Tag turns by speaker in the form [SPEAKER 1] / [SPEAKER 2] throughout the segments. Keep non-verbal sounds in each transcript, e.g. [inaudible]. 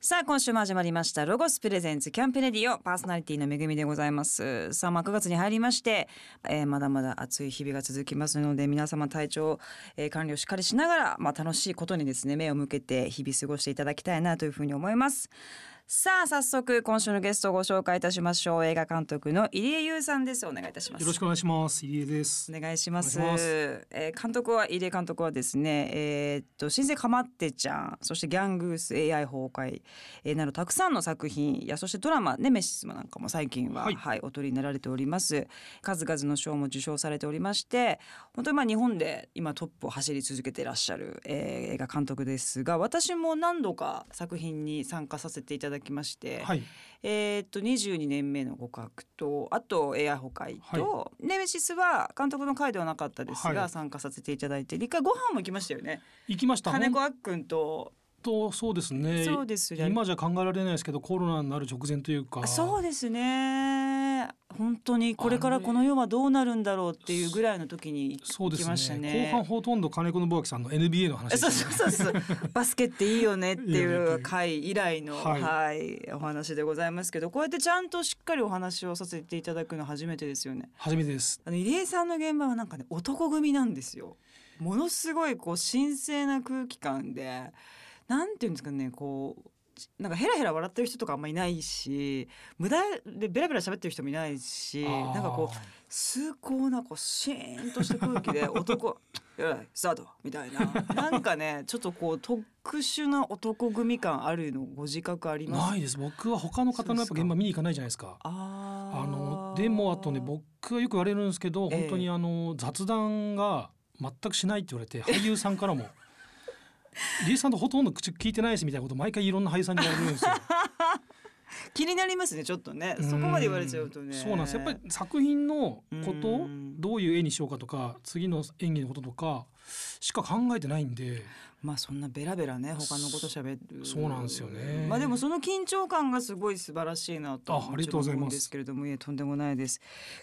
[SPEAKER 1] さあ今週も始まりましたロゴスプレゼンツキャンプレディオパーソナリティのめぐみでございますさあまあ9月に入りまして、えーまだまだ暑い日々が続きますので皆様体調、えー管理をしっかりしながらまあ楽しいことにですね目を向けて日々過ごしていただきたいなというふうに思いますさあ早速今週のゲストをご紹介いたしましょう映画監督の入江優さんですお願いいたします
[SPEAKER 2] よろしくお願いします。入江です。
[SPEAKER 1] お願いします。
[SPEAKER 2] お願いします
[SPEAKER 1] えー監督は入江監督はですね、えーっと新生かまってちゃん、そしてギャングース AI 崩壊、えーなどたくさんの作品やそしてドラマネメシスもなんかも最近は、は、
[SPEAKER 2] はいい
[SPEAKER 1] お取りになられております。数々の賞も受賞されておりまして、本当にまあ日本で今トップを走り続けていらっしゃる、えー映画監督ですが、私も何度か作品に参加させていただきまして、
[SPEAKER 2] はい。
[SPEAKER 1] えーっと22年目の互角とあと AI 崩壊と、ネメシスは監督の回ではなかったですが、
[SPEAKER 2] はい
[SPEAKER 1] 参加させていただいて一回ご飯も行きましたよね
[SPEAKER 2] 行きました。
[SPEAKER 1] 金
[SPEAKER 2] 本
[SPEAKER 1] 子あっくんと、
[SPEAKER 2] 当そうですね。
[SPEAKER 1] そうですね
[SPEAKER 2] 今じゃ考えられないですけど、コロナになる直前というか。
[SPEAKER 1] あそうですね本当にこれから
[SPEAKER 2] あれ
[SPEAKER 1] この世はどうなるんだろうっていうぐらいの時に
[SPEAKER 2] そう
[SPEAKER 1] 行
[SPEAKER 2] で
[SPEAKER 1] き
[SPEAKER 2] す
[SPEAKER 1] ました
[SPEAKER 2] ね。
[SPEAKER 1] ね
[SPEAKER 2] 後半ほとんど金子信明さんの NBA の話で
[SPEAKER 1] そう
[SPEAKER 2] す、
[SPEAKER 1] そう
[SPEAKER 2] ね。
[SPEAKER 1] そうそう
[SPEAKER 2] [laughs]
[SPEAKER 1] バスケっていいよねっていう回以来の、は
[SPEAKER 2] はいい
[SPEAKER 1] お話でございますけどこうやってちゃんとしっかりお話をさせていただくの初めてですよね。
[SPEAKER 2] 初めてです。
[SPEAKER 1] あの入江さんの現場はなんかね男組なんですよものすごいこう神聖な空気感でなんていうんですかねこうなんかヘラヘラ笑ってる人とかあんまいないし無駄でベラベラ喋ってる人もいないし
[SPEAKER 2] あー
[SPEAKER 1] なんかこう崇高なこうシーンとした空気で
[SPEAKER 2] [laughs]
[SPEAKER 1] 男よいスタートみたいななんかねちょっとこう特殊な男組感あるのご自覚あります
[SPEAKER 2] ないです。僕は他の方のやっ
[SPEAKER 1] そうです
[SPEAKER 2] ぱ
[SPEAKER 1] か
[SPEAKER 2] 現場見に行かないじゃないですか。
[SPEAKER 1] あー
[SPEAKER 2] あのでもあとね僕はよく言われるんですけど、
[SPEAKER 1] ええ
[SPEAKER 2] 本当にあの雑談が全くしないって言われて俳優さんから
[SPEAKER 1] [laughs]
[SPEAKER 2] も「入江さんとほとんど口聞いてないです」みたいなこと毎回いろんな俳優さんに言われるんですよ。
[SPEAKER 1] 気になりますねちょっとねそこまで言われちゃうとね
[SPEAKER 2] んそうなんですやっぱり作品のこ
[SPEAKER 1] う
[SPEAKER 2] と
[SPEAKER 1] ん
[SPEAKER 2] どういう絵にしようかとか次の演技のこととかしか考えてないんで
[SPEAKER 1] まあそんなベラベラね他のこと喋る
[SPEAKER 2] そそうなんですよね
[SPEAKER 1] まあでもその緊張感がすごい素晴らしいなとも
[SPEAKER 2] あ
[SPEAKER 1] ちろん
[SPEAKER 2] ありがとうございます
[SPEAKER 1] 思んですけれどもいえとんでもないです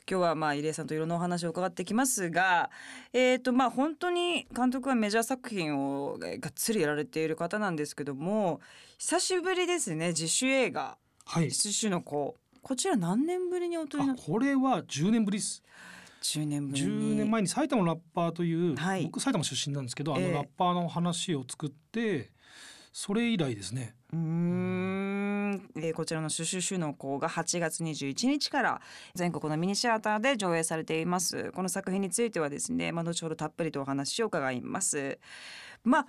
[SPEAKER 1] 今日はまあ入江さんといろんなお話を伺ってきますがえっ、とまあ本当に監督はメジャー作品をえーがっつりやられている方なんですけども久しぶりですね自主映画
[SPEAKER 2] はい
[SPEAKER 1] 自主の子こちら何年ぶりにお取りに
[SPEAKER 2] あ
[SPEAKER 1] な
[SPEAKER 2] これは10年ぶりです
[SPEAKER 1] 10年ぶりに
[SPEAKER 2] 10年前に埼玉のラッパーという、
[SPEAKER 1] はい
[SPEAKER 2] 僕埼玉出身なんですけどあ
[SPEAKER 1] ええ
[SPEAKER 2] のラッパーの話を作ってそれ以来ですね
[SPEAKER 1] うーん、えーこちらの「シュシュシュの子」が8月21日から全国のミニシアターで上映されていますこの作品についてはですね、まあ、後ほどたっぷりとお話を伺いますまあ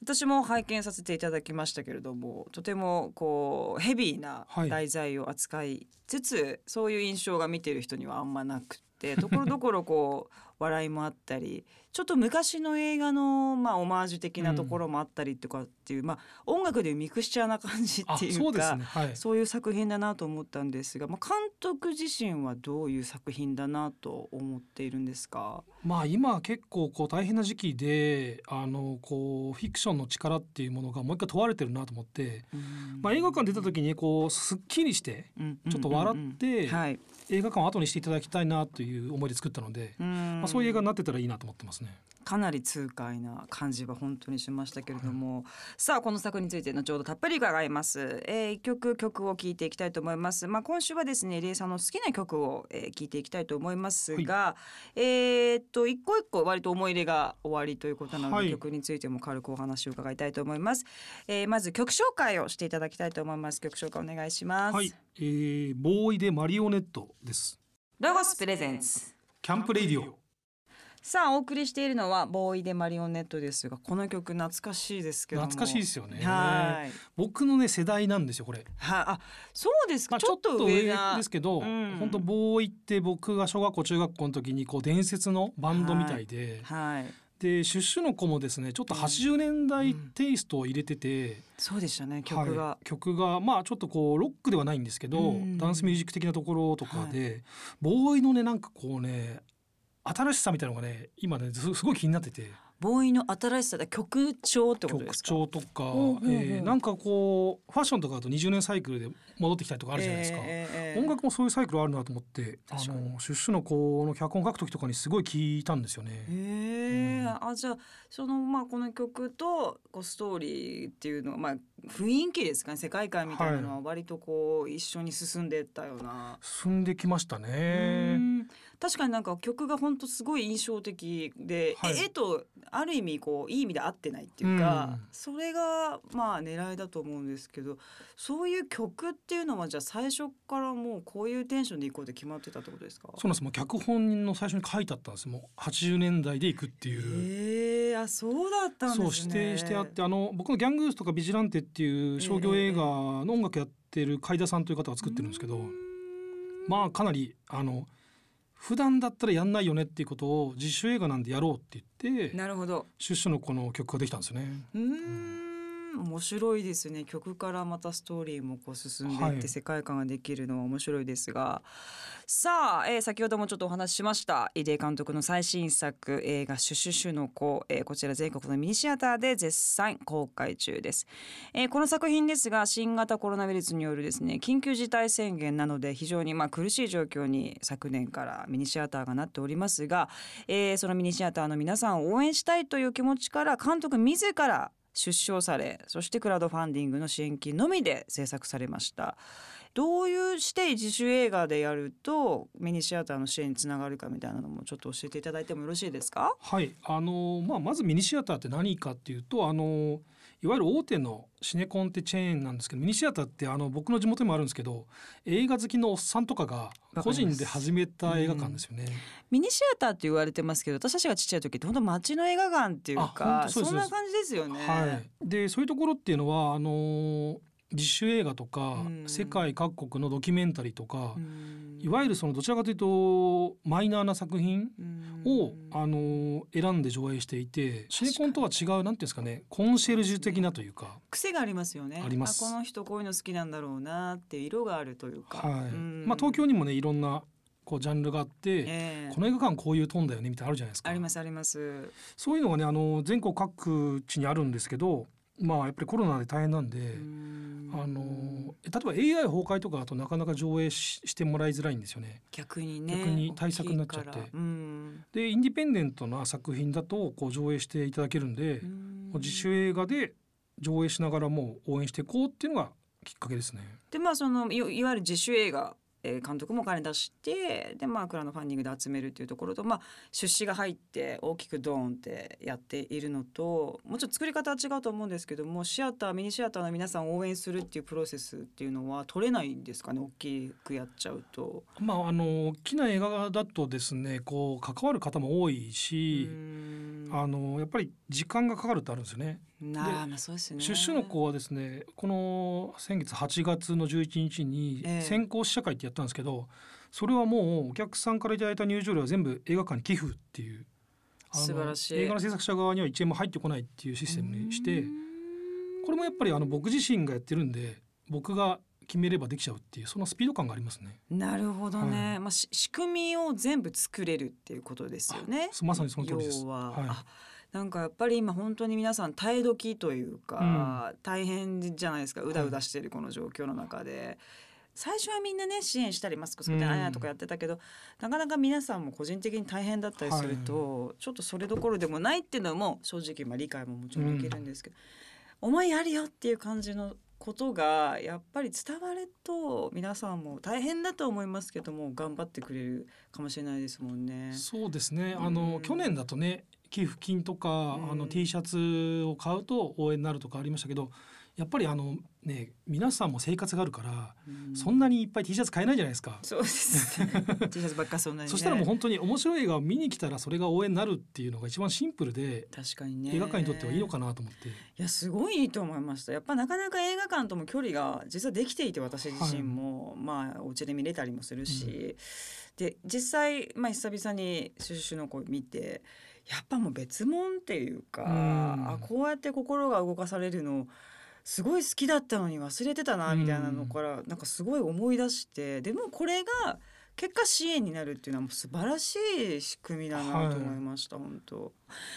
[SPEAKER 1] 私も拝見させていただきましたけれどもとてもこうヘビーな
[SPEAKER 2] はい
[SPEAKER 1] 題材を扱いつつ、そういう印象が見てる人にはあんまなくてところどころこ
[SPEAKER 2] [laughs]
[SPEAKER 1] う笑いもあったりちょっと昔の映画の、まあ、オマージュ的なところもあったりとかっていう、まあ、音楽でいうミクスチャーな感じ
[SPEAKER 2] あ
[SPEAKER 1] っていうか
[SPEAKER 2] そうですねはい
[SPEAKER 1] そういう作品だなと思ったんですが、まあ、監督自身はどういう作品だなと思っているんですか
[SPEAKER 2] まあ今結構こう大変な時期であのこうフィクションの力っていうものがもう一回問われてるなと思って、まあ、映画館出た時にこうすっきりしてちょっと笑って
[SPEAKER 1] はい
[SPEAKER 2] 映画館を後にしていただきたいなという思いで作ったので、
[SPEAKER 1] ま
[SPEAKER 2] まあ、そういう映画になってたらいいなと思ってますね。
[SPEAKER 1] かなり痛快な感じは本当にしましたけれども、さあこの作品について後ほどたっぷり伺います、えー、一曲曲を聴いていきたいと思いますまあ今週はですねレイさんの好きな曲を聴、えー、聴いていきたいと思いますが、えーっと一個一個割と思い入れが終わりということなので、
[SPEAKER 2] はい
[SPEAKER 1] 曲についても軽くお話を伺いたいと思います、えー、まず曲紹介をしていただきたいと思います曲紹介お願いします、
[SPEAKER 2] はい、えーボーイでマリオネットです。
[SPEAKER 1] ロゴスプレゼンツ
[SPEAKER 2] キャンプレディオ。
[SPEAKER 1] さあお送りしているのはボーイでマリオネットですがこの曲懐かしいですけども
[SPEAKER 2] 懐かしいですよね。
[SPEAKER 1] はい
[SPEAKER 2] 僕のね世代なんですよこれ。
[SPEAKER 1] はい、あ、そうですか。
[SPEAKER 2] まあ、
[SPEAKER 1] ち
[SPEAKER 2] ち
[SPEAKER 1] ょ
[SPEAKER 2] ょ
[SPEAKER 1] っ
[SPEAKER 2] っ
[SPEAKER 1] と
[SPEAKER 2] と
[SPEAKER 1] 上
[SPEAKER 2] 上
[SPEAKER 1] が
[SPEAKER 2] ですけど、
[SPEAKER 1] うん
[SPEAKER 2] 本当ボーイって僕が小学校中学校の時にこう伝説のバンドみたいで、
[SPEAKER 1] はい、
[SPEAKER 2] でシュッシュの子もですねちょっと80年代テイストを入れてて、
[SPEAKER 1] そうでしたね。曲が、
[SPEAKER 2] はい曲がまあちょっとこうロックではないんですけど、
[SPEAKER 1] うん
[SPEAKER 2] ダンスミュージック的なところとかで、ボーイのねなんかこうね新しさみたいなのがね今ねすすごい気になってて
[SPEAKER 1] ボーイの新しさだ曲調ってことで
[SPEAKER 2] 曲
[SPEAKER 1] すか
[SPEAKER 2] 調とか、
[SPEAKER 1] うんうんうん
[SPEAKER 2] えーなんかこうファッションとかだと20年サイクルで戻ってきたりとかあるじゃないですか、
[SPEAKER 1] えーえーえー
[SPEAKER 2] 音楽もそういうサイクルあるなと思ってあ
[SPEAKER 1] 確かに
[SPEAKER 2] の出所の子の脚本書く時とかにすごい聞いたんですよね。
[SPEAKER 1] へえ、
[SPEAKER 2] うん
[SPEAKER 1] あじゃあそのまあこの曲とこうストーリーっていうのはまあ雰囲気ですかね世界観みたいなのは割とこう一緒に進んでったような。
[SPEAKER 2] 進んできました
[SPEAKER 1] う
[SPEAKER 2] ね。
[SPEAKER 1] ん確かになんか曲が本当すごい印象的で、
[SPEAKER 2] はい
[SPEAKER 1] え絵とある意味こういい意味で合ってないっていうか、
[SPEAKER 2] うん
[SPEAKER 1] それがまあ狙いだと思うんですけどそういう曲っていうのはじゃあ最初からもうこういうテンションでいこうって決まってたってことですか
[SPEAKER 2] そうなんです。もう脚本の最初に書いてあったんです。もう80年代で行くってい
[SPEAKER 1] へ
[SPEAKER 2] う。
[SPEAKER 1] えあそうだったんです
[SPEAKER 2] そう
[SPEAKER 1] ね。
[SPEAKER 2] 指定してあってあの僕の「ギャングース」とか「ビジランテ」っていう商業映画の音楽やってる海田さんという方が作ってるんですけど、まあかなりあの普段だったらやんないよねっていうことを実習映画なんでやろうって言って
[SPEAKER 1] なるほど。
[SPEAKER 2] 出所の子の曲ができたんですよね。
[SPEAKER 1] うーん、面白いですね。曲からまたストーリーもこう進んでいっ
[SPEAKER 2] は
[SPEAKER 1] て
[SPEAKER 2] い
[SPEAKER 1] 世界観ができるのは面白いですが、さあ、えー先ほどもちょっとお話ししました井出監督の最新作映画「シュシュシュの子」えーこちら全国のミニシアターで絶賛公開中です。えーこの作品ですが新型コロナウイルスによるですね緊急事態宣言なので非常にまあ苦しい状況に昨年からミニシアターがなっておりますが、えーそのミニシアターの皆さんを応援したいという気持ちから監督自ら出資されそしてクラウドファンディングの支援金のみで制作されましたどういうして自主映画でやるとミニシアターの支援につながるかみたいなのもちょっと教えていただいてもよろしいですか
[SPEAKER 2] はい、あのまあ、まずミニシアターって何かっていうとあのいわゆる大手のシネコンってチェーンなんですけどミニシアターってあの僕の地元にもあるんですけど映画好きのおっさんとかが
[SPEAKER 1] わか
[SPEAKER 2] 個
[SPEAKER 1] ります
[SPEAKER 2] 人で始めた映画館ですよね。
[SPEAKER 1] ミニシアターって言われてますけど私たちがちっちゃい時って本当街の映画館っていう
[SPEAKER 2] あ
[SPEAKER 1] か
[SPEAKER 2] 本当
[SPEAKER 1] そ
[SPEAKER 2] そうです
[SPEAKER 1] んな感じですよね、
[SPEAKER 2] はい、でそういうところっていうのはあの自主映画とか、
[SPEAKER 1] うん
[SPEAKER 2] 世界各国のドキュメンタリーとか、
[SPEAKER 1] うん
[SPEAKER 2] いわゆるそのどちらかというとマイナーな作品
[SPEAKER 1] うん
[SPEAKER 2] を、あの選んで上映していてシネコンとは違うなんていうんですかねコンシェルジュ的なというか。
[SPEAKER 1] 癖がありますよね
[SPEAKER 2] あります
[SPEAKER 1] この人こういうの好きなんだろうなって色があるというか、
[SPEAKER 2] はい
[SPEAKER 1] うん
[SPEAKER 2] まあ、東京にもねいろんなこうジャンルがあって、
[SPEAKER 1] ええ
[SPEAKER 2] この映画館こういうトーンだよねみたいなのあるじゃないですか
[SPEAKER 1] ありますあります。
[SPEAKER 2] そういうのがねあの全国各地にあるんですけど、まあ、やっぱりコロナで大変なんで、あ
[SPEAKER 1] あ
[SPEAKER 2] の例えば AI 崩壊とかだとなかなか上映ししてもらいづらいんですよね。
[SPEAKER 1] 逆にね
[SPEAKER 2] 逆に対策になっちゃって
[SPEAKER 1] 大きいからうん
[SPEAKER 2] でインディペンデントな作品だとこう上映していただけるんで、
[SPEAKER 1] うん
[SPEAKER 2] もう自主映画で上映しながらも応援していこうっていうのがきっかけですね。
[SPEAKER 1] でまあそのいいわゆる自主映画えー監督もお金出してでまあクラウドファンディングで集めるっていうところと、まあ、出資が入って大きくドーンってやっているのともちろん作り方は違うと思うんですけどもシアターミニシアターの皆さんを応援するっていうプロセスっていうのは取れないんですかね大きくやっちゃうと。
[SPEAKER 2] まあ、あの大きな映画だとですねこう関わる方も多いし
[SPEAKER 1] う、ん
[SPEAKER 2] あのやっぱり時間がかかるってあるんですよね。
[SPEAKER 1] なあまあそうですよね。
[SPEAKER 2] 出所の子はですねこの先月8月の11日に
[SPEAKER 1] ええ
[SPEAKER 2] 先行試写会ってやったんですけど、それはもうお客さんからいただいた入場料は全部映画館に寄付っていうあの
[SPEAKER 1] 素晴らしい
[SPEAKER 2] 映画の制作者側には1円も入ってこないっていうシステムにしてこれもやっぱりあの僕自身がやってるんで僕が決めればできちゃうっていうそのスピード感がありますね。
[SPEAKER 1] なるほどね、
[SPEAKER 2] はい
[SPEAKER 1] まあ、し仕組みを全部作れるっていうことですよね。
[SPEAKER 2] まさにその通りです
[SPEAKER 1] 要は、
[SPEAKER 2] はい
[SPEAKER 1] あなんかやっぱり今本当に皆さん耐え時というか、大変じゃないですかうだうだしてるこの状況の中で、最初はみんなね支援したりマスクつけて
[SPEAKER 2] うん
[SPEAKER 1] あやとかやってたけど、なかなか皆さんも個人的に大変だったりすると、ちょっとそれどころでもないっていうのも正直まあ理解ももちろんできるんですけど、お前やるよっていう感じのことがやっぱり伝わると皆さんも大変だと思いますけども頑張ってくれるかもしれないですもんね。
[SPEAKER 2] そうですね。あ
[SPEAKER 1] う
[SPEAKER 2] の
[SPEAKER 1] ん
[SPEAKER 2] 去年だとね寄付金とか
[SPEAKER 1] うん
[SPEAKER 2] あの T シャツを買うと応援になるとかありましたけど、やっぱりあのね皆さんも生活があるから、
[SPEAKER 1] う
[SPEAKER 2] そんなにいっぱい T シャツ買えないじゃないですか。
[SPEAKER 1] そうですね。T [laughs] シャツばっかそんなに、ね。
[SPEAKER 2] そしたらもう本当に面白い映画を見に来たらそれが応援になるっていうのが一番シンプルで
[SPEAKER 1] 確かにね。
[SPEAKER 2] 映画館にとってはいいのかなと思って、
[SPEAKER 1] いやすごいいいと思いましたやっぱなかなか映画館とも距離が実はできていて私自身も、まあお家で見れたりもするし、で実際、まあ、久々に「シュシュシュの子」見てやっぱもう別物っていうか、
[SPEAKER 2] うん
[SPEAKER 1] あこうやって心が動かされるのすごい好きだったのに忘れてたなみたいなのから、なんかすごい思い出してでもこれが結果支援になるっていうのはもう素晴らしい仕組みだなと思いました、本当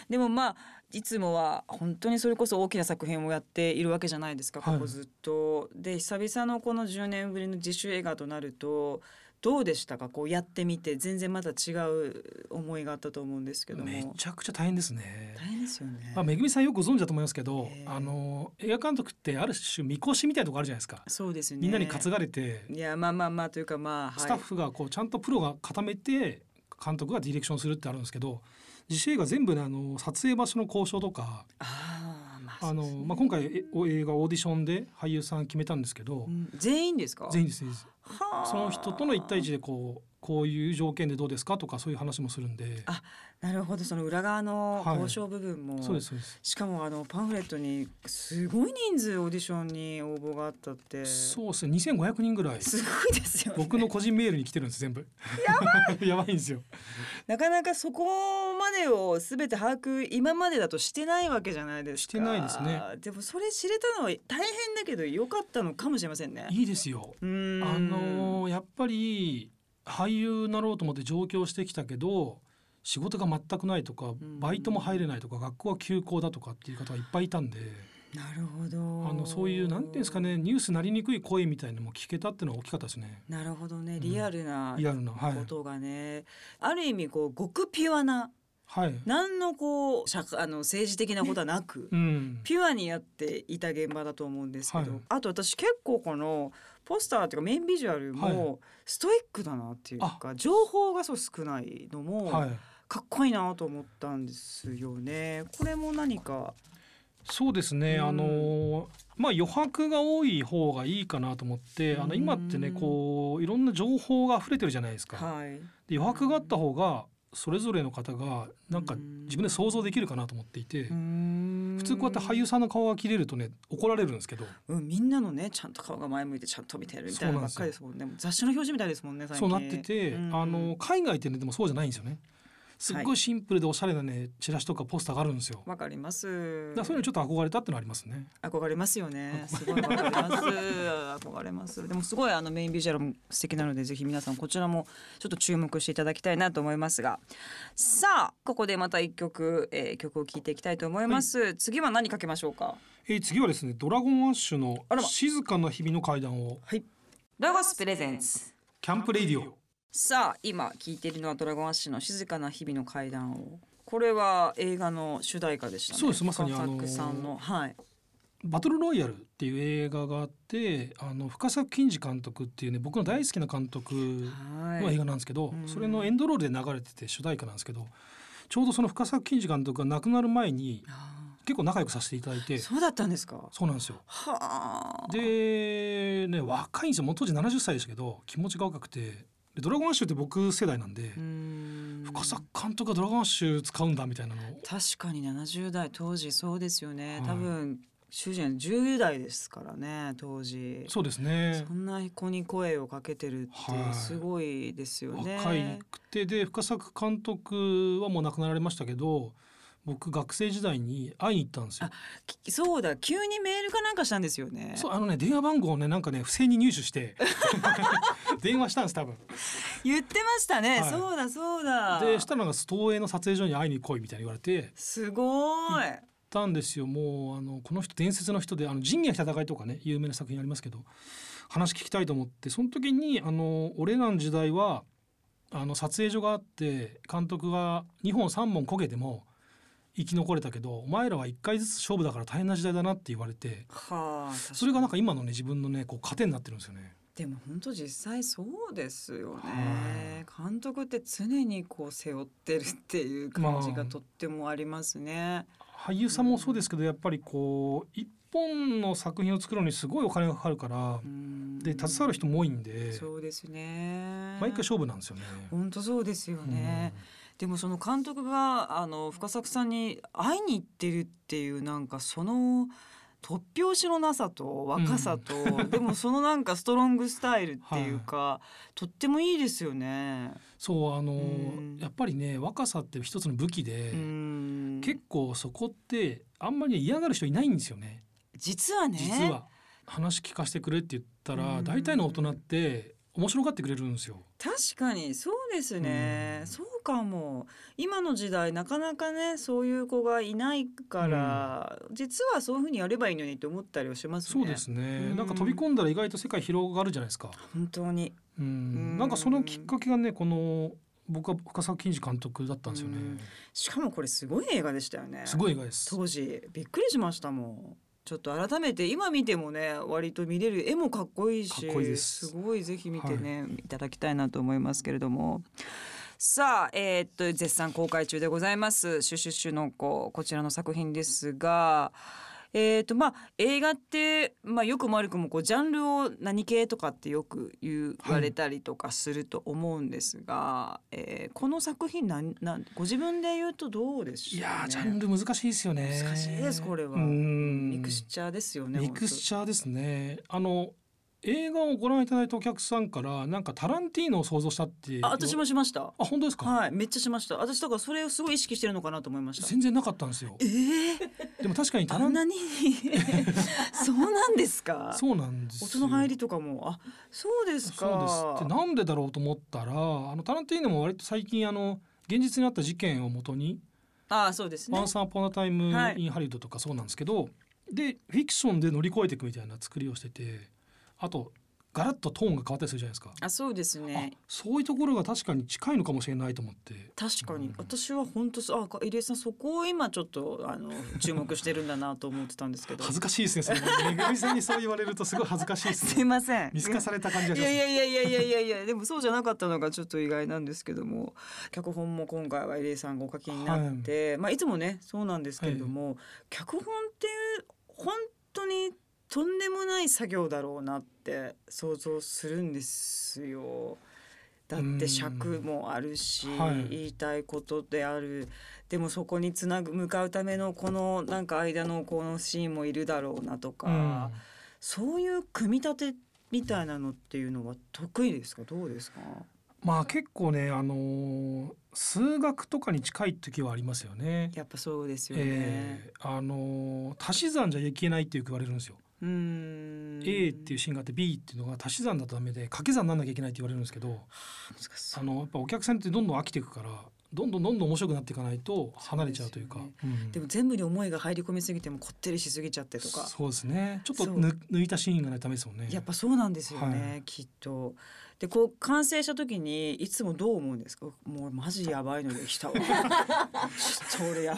[SPEAKER 1] でもまあいつもは本当にそれこそ大きな作品をやっているわけじゃないですか
[SPEAKER 2] はい
[SPEAKER 1] ここずっと。で久々のこの10年ぶりの自主映画となるとどうでしたかこうやってみて全然また違う思いがあったと思うんですけども
[SPEAKER 2] めちゃくちゃ大変ですね
[SPEAKER 1] 大。変ですよね。
[SPEAKER 2] まあ、めぐみさんよくご存知だと思いますけど
[SPEAKER 1] え、え
[SPEAKER 2] あの映画監督ってある種見越しみたいなとこあるじゃないですか。
[SPEAKER 1] そうですね
[SPEAKER 2] みんなに担がれて、
[SPEAKER 1] いやまあまあまあというかまあ、はい、
[SPEAKER 2] スタッフがこうちゃんとプロが固めて監督がディレクションするってあるんですけど自主映画全部ねあの撮影場所の交渉とか
[SPEAKER 1] あーまあ
[SPEAKER 2] あの、まあ、今回えお映画オーディションで俳優さん決めたんですけど、
[SPEAKER 1] うん全員ですか
[SPEAKER 2] 全員です全員です
[SPEAKER 1] はあ
[SPEAKER 2] その人との一対一でこうこういう条件でどうですかとかそういう話もするんで
[SPEAKER 1] あなるほどその裏側の
[SPEAKER 2] はい
[SPEAKER 1] 交渉部分も、
[SPEAKER 2] そうですそうです。
[SPEAKER 1] しかもあのパンフレットにすごい人数オーディションに応募があったって
[SPEAKER 2] そうですね2500人ぐらい
[SPEAKER 1] すごいですよね
[SPEAKER 2] 僕の個人メールに来てるんです全部やばい [laughs] やばいんですよ
[SPEAKER 1] なかなかそこまでを全て把握今までだとしてないわけじゃないですか
[SPEAKER 2] してないですね
[SPEAKER 1] でもそれ知れたのは大変だけど良かったのかもしれませんね
[SPEAKER 2] いいですよ
[SPEAKER 1] うーん
[SPEAKER 2] あのーやっぱり俳優になろうと思って上京してきたけど仕事が全くないとか
[SPEAKER 1] ん
[SPEAKER 2] バイトも入れないとか学校は休校だとかっていう方がいっぱいいたんで
[SPEAKER 1] なるほど
[SPEAKER 2] あのそういうなんていうんですかねニュースなりにくい声みたいのも聞けたっていうのは大きかったですね
[SPEAKER 1] なるほどね
[SPEAKER 2] ん
[SPEAKER 1] リアルな
[SPEAKER 2] リアルなはい
[SPEAKER 1] ことがね、ある意味こう極ピュアな
[SPEAKER 2] はい
[SPEAKER 1] 何のこう社会あの政治的なことはなく、
[SPEAKER 2] うん
[SPEAKER 1] ピュアにやっていた現場だと思うんですけど、
[SPEAKER 2] はい
[SPEAKER 1] あと私結構このポスターっていうかメインビジュアル
[SPEAKER 2] は
[SPEAKER 1] もストイックだなっていうか、情報がそう少ないの
[SPEAKER 2] は
[SPEAKER 1] も
[SPEAKER 2] い
[SPEAKER 1] かっこいいなと思ったんですよね。これも何か、
[SPEAKER 2] そうですね、
[SPEAKER 1] うん
[SPEAKER 2] あのまあ余白が多い方がいいかなと思ってあの今ってね
[SPEAKER 1] うん
[SPEAKER 2] こういろんな情報が溢れてるじゃないですか、
[SPEAKER 1] はい、
[SPEAKER 2] で余白があった方がそれぞれの方がなんか自分で想像できるかなと思っていて、
[SPEAKER 1] 普
[SPEAKER 2] 普通こうやって俳優さんの顔が切れるとね怒られるんですけど、
[SPEAKER 1] うん、みんなのねちゃんと顔が前向いてちゃんと見てるみたいなばっかりですもんねもう雑誌の表紙みたいですもんね最
[SPEAKER 2] そ
[SPEAKER 1] 近
[SPEAKER 2] うなってて、
[SPEAKER 1] うん
[SPEAKER 2] あの海外ってねでもそうじゃないんですよねすっ
[SPEAKER 1] は
[SPEAKER 2] ごいシンプルでおしゃれなねチラシとかポスターがあるんですよ、
[SPEAKER 1] わかります
[SPEAKER 2] だからそういうのちょっと憧れたってのはありますね
[SPEAKER 1] 憧れますよねすごいわかります憧れますでもすごいあのメインビジュアルも素敵なのでぜひ皆さんこちらもちょっと注目していただきたいなと思いますがさあここでまた一曲、えー、曲を聴いていきたいと思います、次は何かけましょうか
[SPEAKER 2] えー次はですねドラゴンアッシュの
[SPEAKER 1] あらま
[SPEAKER 2] 静かな日々の階段を
[SPEAKER 1] ロゴスプレゼンツ
[SPEAKER 2] キャンプレイディオ
[SPEAKER 1] さあ今聴いているのはドラゴンアッシュの静かな日々の階段をこれは映画の主題歌でしたね
[SPEAKER 2] そうですまさに
[SPEAKER 1] 深
[SPEAKER 2] あの
[SPEAKER 1] 作さんのはい
[SPEAKER 2] バトルロイヤルっていう映画があってあの深作欣二監督っていうね僕の大好きな監督
[SPEAKER 1] は
[SPEAKER 2] の映
[SPEAKER 1] い
[SPEAKER 2] 画なんですけど、
[SPEAKER 1] うん
[SPEAKER 2] それのエンドロールで流れてて主題歌なんですけどちょうどその深作欣二監督が亡くなる前に
[SPEAKER 1] あ
[SPEAKER 2] 結構仲良くさせていただいて
[SPEAKER 1] ーそうだったんですか
[SPEAKER 2] そうなんですよ。
[SPEAKER 1] はあ
[SPEAKER 2] でね若いんですよもう当時70歳でしたけど気持ちが若くてでドラゴンアッシュって僕世代なんで、
[SPEAKER 1] うーん
[SPEAKER 2] 深作監督がドラゴンアッシュ使うんだみたいなのを
[SPEAKER 1] 確かに70代当時そうですよね、
[SPEAKER 2] はい
[SPEAKER 1] 多分主人は10代ですからね当時
[SPEAKER 2] そうですね
[SPEAKER 1] そんな子に声をかけてるってすごいですよね、
[SPEAKER 2] 若いくてで深作監督はもう亡くなられましたけど僕学生時代に会いに行ったんですよ。
[SPEAKER 1] きそうだ急にメールかなんかしたんですよね
[SPEAKER 2] そうあのね電話番号をねなんかね不正に入手して電話したんです多分。
[SPEAKER 1] 言ってましたね、
[SPEAKER 2] はい
[SPEAKER 1] そうだそうだ
[SPEAKER 2] でしたらなんか東映の撮影所に会いに来いみたいに言われて行っ
[SPEAKER 1] すごい、
[SPEAKER 2] たんですよもうあのこの人伝説の人で「あの仁義なき戦い」とかね有名な作品ありますけど話聞きたいと思ってその時にあの俺らの時代はあの撮影所があって監督が2本3本こけても生き残れたけどお前らは1回ずつ勝負だから大変な時代だなって言われて
[SPEAKER 1] はあ
[SPEAKER 2] それがなんか今のね自分のねこう糧になってるんですよね。
[SPEAKER 1] でも本当実際そうですよ
[SPEAKER 2] は
[SPEAKER 1] ね監督って常にこう背負ってるっていう感じがとってもありますね、
[SPEAKER 2] 俳優さんもそうですけどやっぱりこう一本の作品を作るのにすごいお金がかかるから
[SPEAKER 1] うん
[SPEAKER 2] で携わる人も多いんで
[SPEAKER 1] そうですね
[SPEAKER 2] 毎回勝負なんですよね。
[SPEAKER 1] 本当そうですよね、でもその監督があの深作さんに会いに行ってるっていうなんかその突拍子のなさと若さと、でもそのなんかストロングスタイルっていうか、とってもいいですよね。
[SPEAKER 2] うんそうあの
[SPEAKER 1] うん
[SPEAKER 2] やっぱりね若さって一つの武器で
[SPEAKER 1] うん
[SPEAKER 2] 結構そこってあんまり嫌がる人いないんですよね
[SPEAKER 1] 実はね
[SPEAKER 2] 実は。話聞かせてくれって言った
[SPEAKER 1] う
[SPEAKER 2] ら
[SPEAKER 1] ん
[SPEAKER 2] 大体の大人って面白がってくれるんですよ。
[SPEAKER 1] 確かにそうですね、
[SPEAKER 2] うん
[SPEAKER 1] そうかも今の時代なかなかねそういう子がいないから、実はそういうふうにやればいいのにって思ったりはします
[SPEAKER 2] そ
[SPEAKER 1] ね
[SPEAKER 2] うですね、
[SPEAKER 1] うん
[SPEAKER 2] なんか飛び込んだら意外と世界広がるじゃないですか。
[SPEAKER 1] 本当に
[SPEAKER 2] うん
[SPEAKER 1] ん
[SPEAKER 2] なんかそのきっかけがねこの僕は深作欣二監督だったんですよね。
[SPEAKER 1] うんしかもこれすごい映画でしたよね
[SPEAKER 2] すごい映画です。
[SPEAKER 1] 当時びっくりしましたもんちょっと改めて今見てもね割と見れる絵もかっこいいし
[SPEAKER 2] かっこいいです
[SPEAKER 1] ごいぜひ見てね、い、ただきたいなと思いますけれどもさあえーっと絶賛公開中でございます「シュシュシュの子」こちらの作品ですが。えーっとまあ、映画って、まあ、よくも悪くもこうジャンルを何系とかってよく言われたりとかすると思うんですが、えーこの作品なんなんご自分で言うとどうでしょう、ね、
[SPEAKER 2] いやージャンル難しいですよね。
[SPEAKER 1] 難しいですこれは
[SPEAKER 2] うん
[SPEAKER 1] ミクスチャーですよね。
[SPEAKER 2] ミクスチャーですね。あの映画をご覧いただいたお客さんからなんかタランティーノを想像したっていう
[SPEAKER 1] 本当あ、私もしました。
[SPEAKER 2] あ本当ですか、
[SPEAKER 1] はい、めっちゃしました。私だからそれをすごい意識してるのかなと思いました。
[SPEAKER 2] 全然なかったんですよ
[SPEAKER 1] ええ
[SPEAKER 2] でも確かにタ
[SPEAKER 1] あ
[SPEAKER 2] ラ
[SPEAKER 1] ん
[SPEAKER 2] ン
[SPEAKER 1] な
[SPEAKER 2] [laughs]
[SPEAKER 1] にそうなんですか。
[SPEAKER 2] そうなんですよ
[SPEAKER 1] 音の入りとかもあ、そうです
[SPEAKER 2] そう
[SPEAKER 1] か。
[SPEAKER 2] ですってなんでだろうと思ったらあのタランティーノも割と最近あの現実にあった事件をもとに
[SPEAKER 1] あ、そうで
[SPEAKER 2] 「
[SPEAKER 1] すね
[SPEAKER 2] Once。Upon a Time
[SPEAKER 1] はい
[SPEAKER 2] in Hollywood」とかそうなんですけど、でフィクションで乗り越えていくみたいな作りをしててあとガラッとトーンが変わったりするじゃないですか。
[SPEAKER 1] あ、そうですね
[SPEAKER 2] あ。そういうところが確かに近いのかもしれないと思って
[SPEAKER 1] 確かに、
[SPEAKER 2] うん
[SPEAKER 1] 私は本当そうあ入江さんそこを今ちょっとあの注目してるんだなと思ってたんですけど
[SPEAKER 2] 恥ずかしいですねそ
[SPEAKER 1] [laughs]
[SPEAKER 2] れめぐみさんにそう言われるとすごい恥ずかしいですす
[SPEAKER 1] い
[SPEAKER 2] ね
[SPEAKER 1] ません
[SPEAKER 2] 見透かされた感じが
[SPEAKER 1] い
[SPEAKER 2] しま
[SPEAKER 1] や
[SPEAKER 2] す
[SPEAKER 1] いやいやいやいやいやいやでもそうじゃなかったのがちょっと意外なんですけども脚本も今回は入江さんがお書きになって、いまあ、いつもねそうなんですけれども、脚本って本当にとんでもない作業だろうなって想像するんですよ。だっ
[SPEAKER 2] う
[SPEAKER 1] て
[SPEAKER 2] ん
[SPEAKER 1] 尺もあるし、
[SPEAKER 2] はい
[SPEAKER 1] 言いたいことであるでもそこにつなぐ向かうためのこのなんか間のこのシーンもいるだろうなとか。
[SPEAKER 2] うん
[SPEAKER 1] そういう組み立てみたいなのっていうのは得意ですかどうですか
[SPEAKER 2] まあ結構ねあのー数学とかに近い時はありますよね。
[SPEAKER 1] やっぱそうですよね、
[SPEAKER 2] えーあのー足し算じゃいけないってよく言われるんですよ。
[SPEAKER 1] うーん
[SPEAKER 2] A っていうシーンがあって B っていうのが足し算だとダメで掛け算にならなきゃいけないって言われるんですけど、
[SPEAKER 1] 難し
[SPEAKER 2] あ
[SPEAKER 1] そう
[SPEAKER 2] のやっぱお客さんってどんどん飽きていくから、どんどんどんどん面白くなっていかないと離れちゃうというか。
[SPEAKER 1] そうで
[SPEAKER 2] うん
[SPEAKER 1] でも全部に思いが入り込みすぎてもこってりしすぎちゃってとか
[SPEAKER 2] そうですね。ちょっと
[SPEAKER 1] そう
[SPEAKER 2] 抜抜いたシーンがないためですもんね。
[SPEAKER 1] やっぱそうなんですよね、
[SPEAKER 2] は
[SPEAKER 1] きっとでこう完成した時にいつもどう思うんですかもうマジやばいので
[SPEAKER 2] [laughs]
[SPEAKER 1] きたわちょっと俺や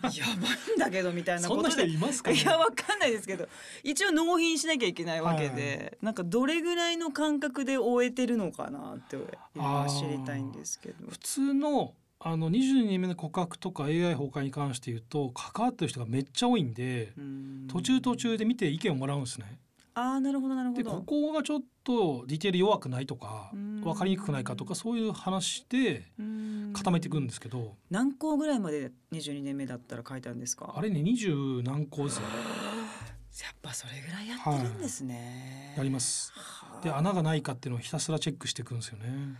[SPEAKER 1] ばいやばいんだけどみたいな
[SPEAKER 2] そ
[SPEAKER 1] こ
[SPEAKER 2] んな
[SPEAKER 1] と
[SPEAKER 2] 人
[SPEAKER 1] で
[SPEAKER 2] いますか、ね。
[SPEAKER 1] いやわかんないですけど一応納品しなきゃいけないわけで、
[SPEAKER 2] はい
[SPEAKER 1] なんかどれぐらいの感覚で終えてるのかなっていうのは
[SPEAKER 2] あー
[SPEAKER 1] 知りたいんですけど
[SPEAKER 2] 普通のあの22目の告白とか AI 崩壊に関して言うと関わってる人がめっちゃ多いんで、
[SPEAKER 1] うん
[SPEAKER 2] 途中途中で見て意見をもらうんですね。
[SPEAKER 1] ああなるほどなるほ
[SPEAKER 2] で
[SPEAKER 1] ど
[SPEAKER 2] ここがちょっとディテール弱くないとか
[SPEAKER 1] うん
[SPEAKER 2] 分かりにくくないかとかそういう話で
[SPEAKER 1] うん
[SPEAKER 2] 固めていくんですけど
[SPEAKER 1] 何校ぐらいまで22年目だったら書いたんですか
[SPEAKER 2] あれね20何個ですよ
[SPEAKER 1] やっぱそれぐらいやってるんですね、
[SPEAKER 2] やります。
[SPEAKER 1] はあ
[SPEAKER 2] で穴がないかっていうのをひたすらチェックしていくんですよね。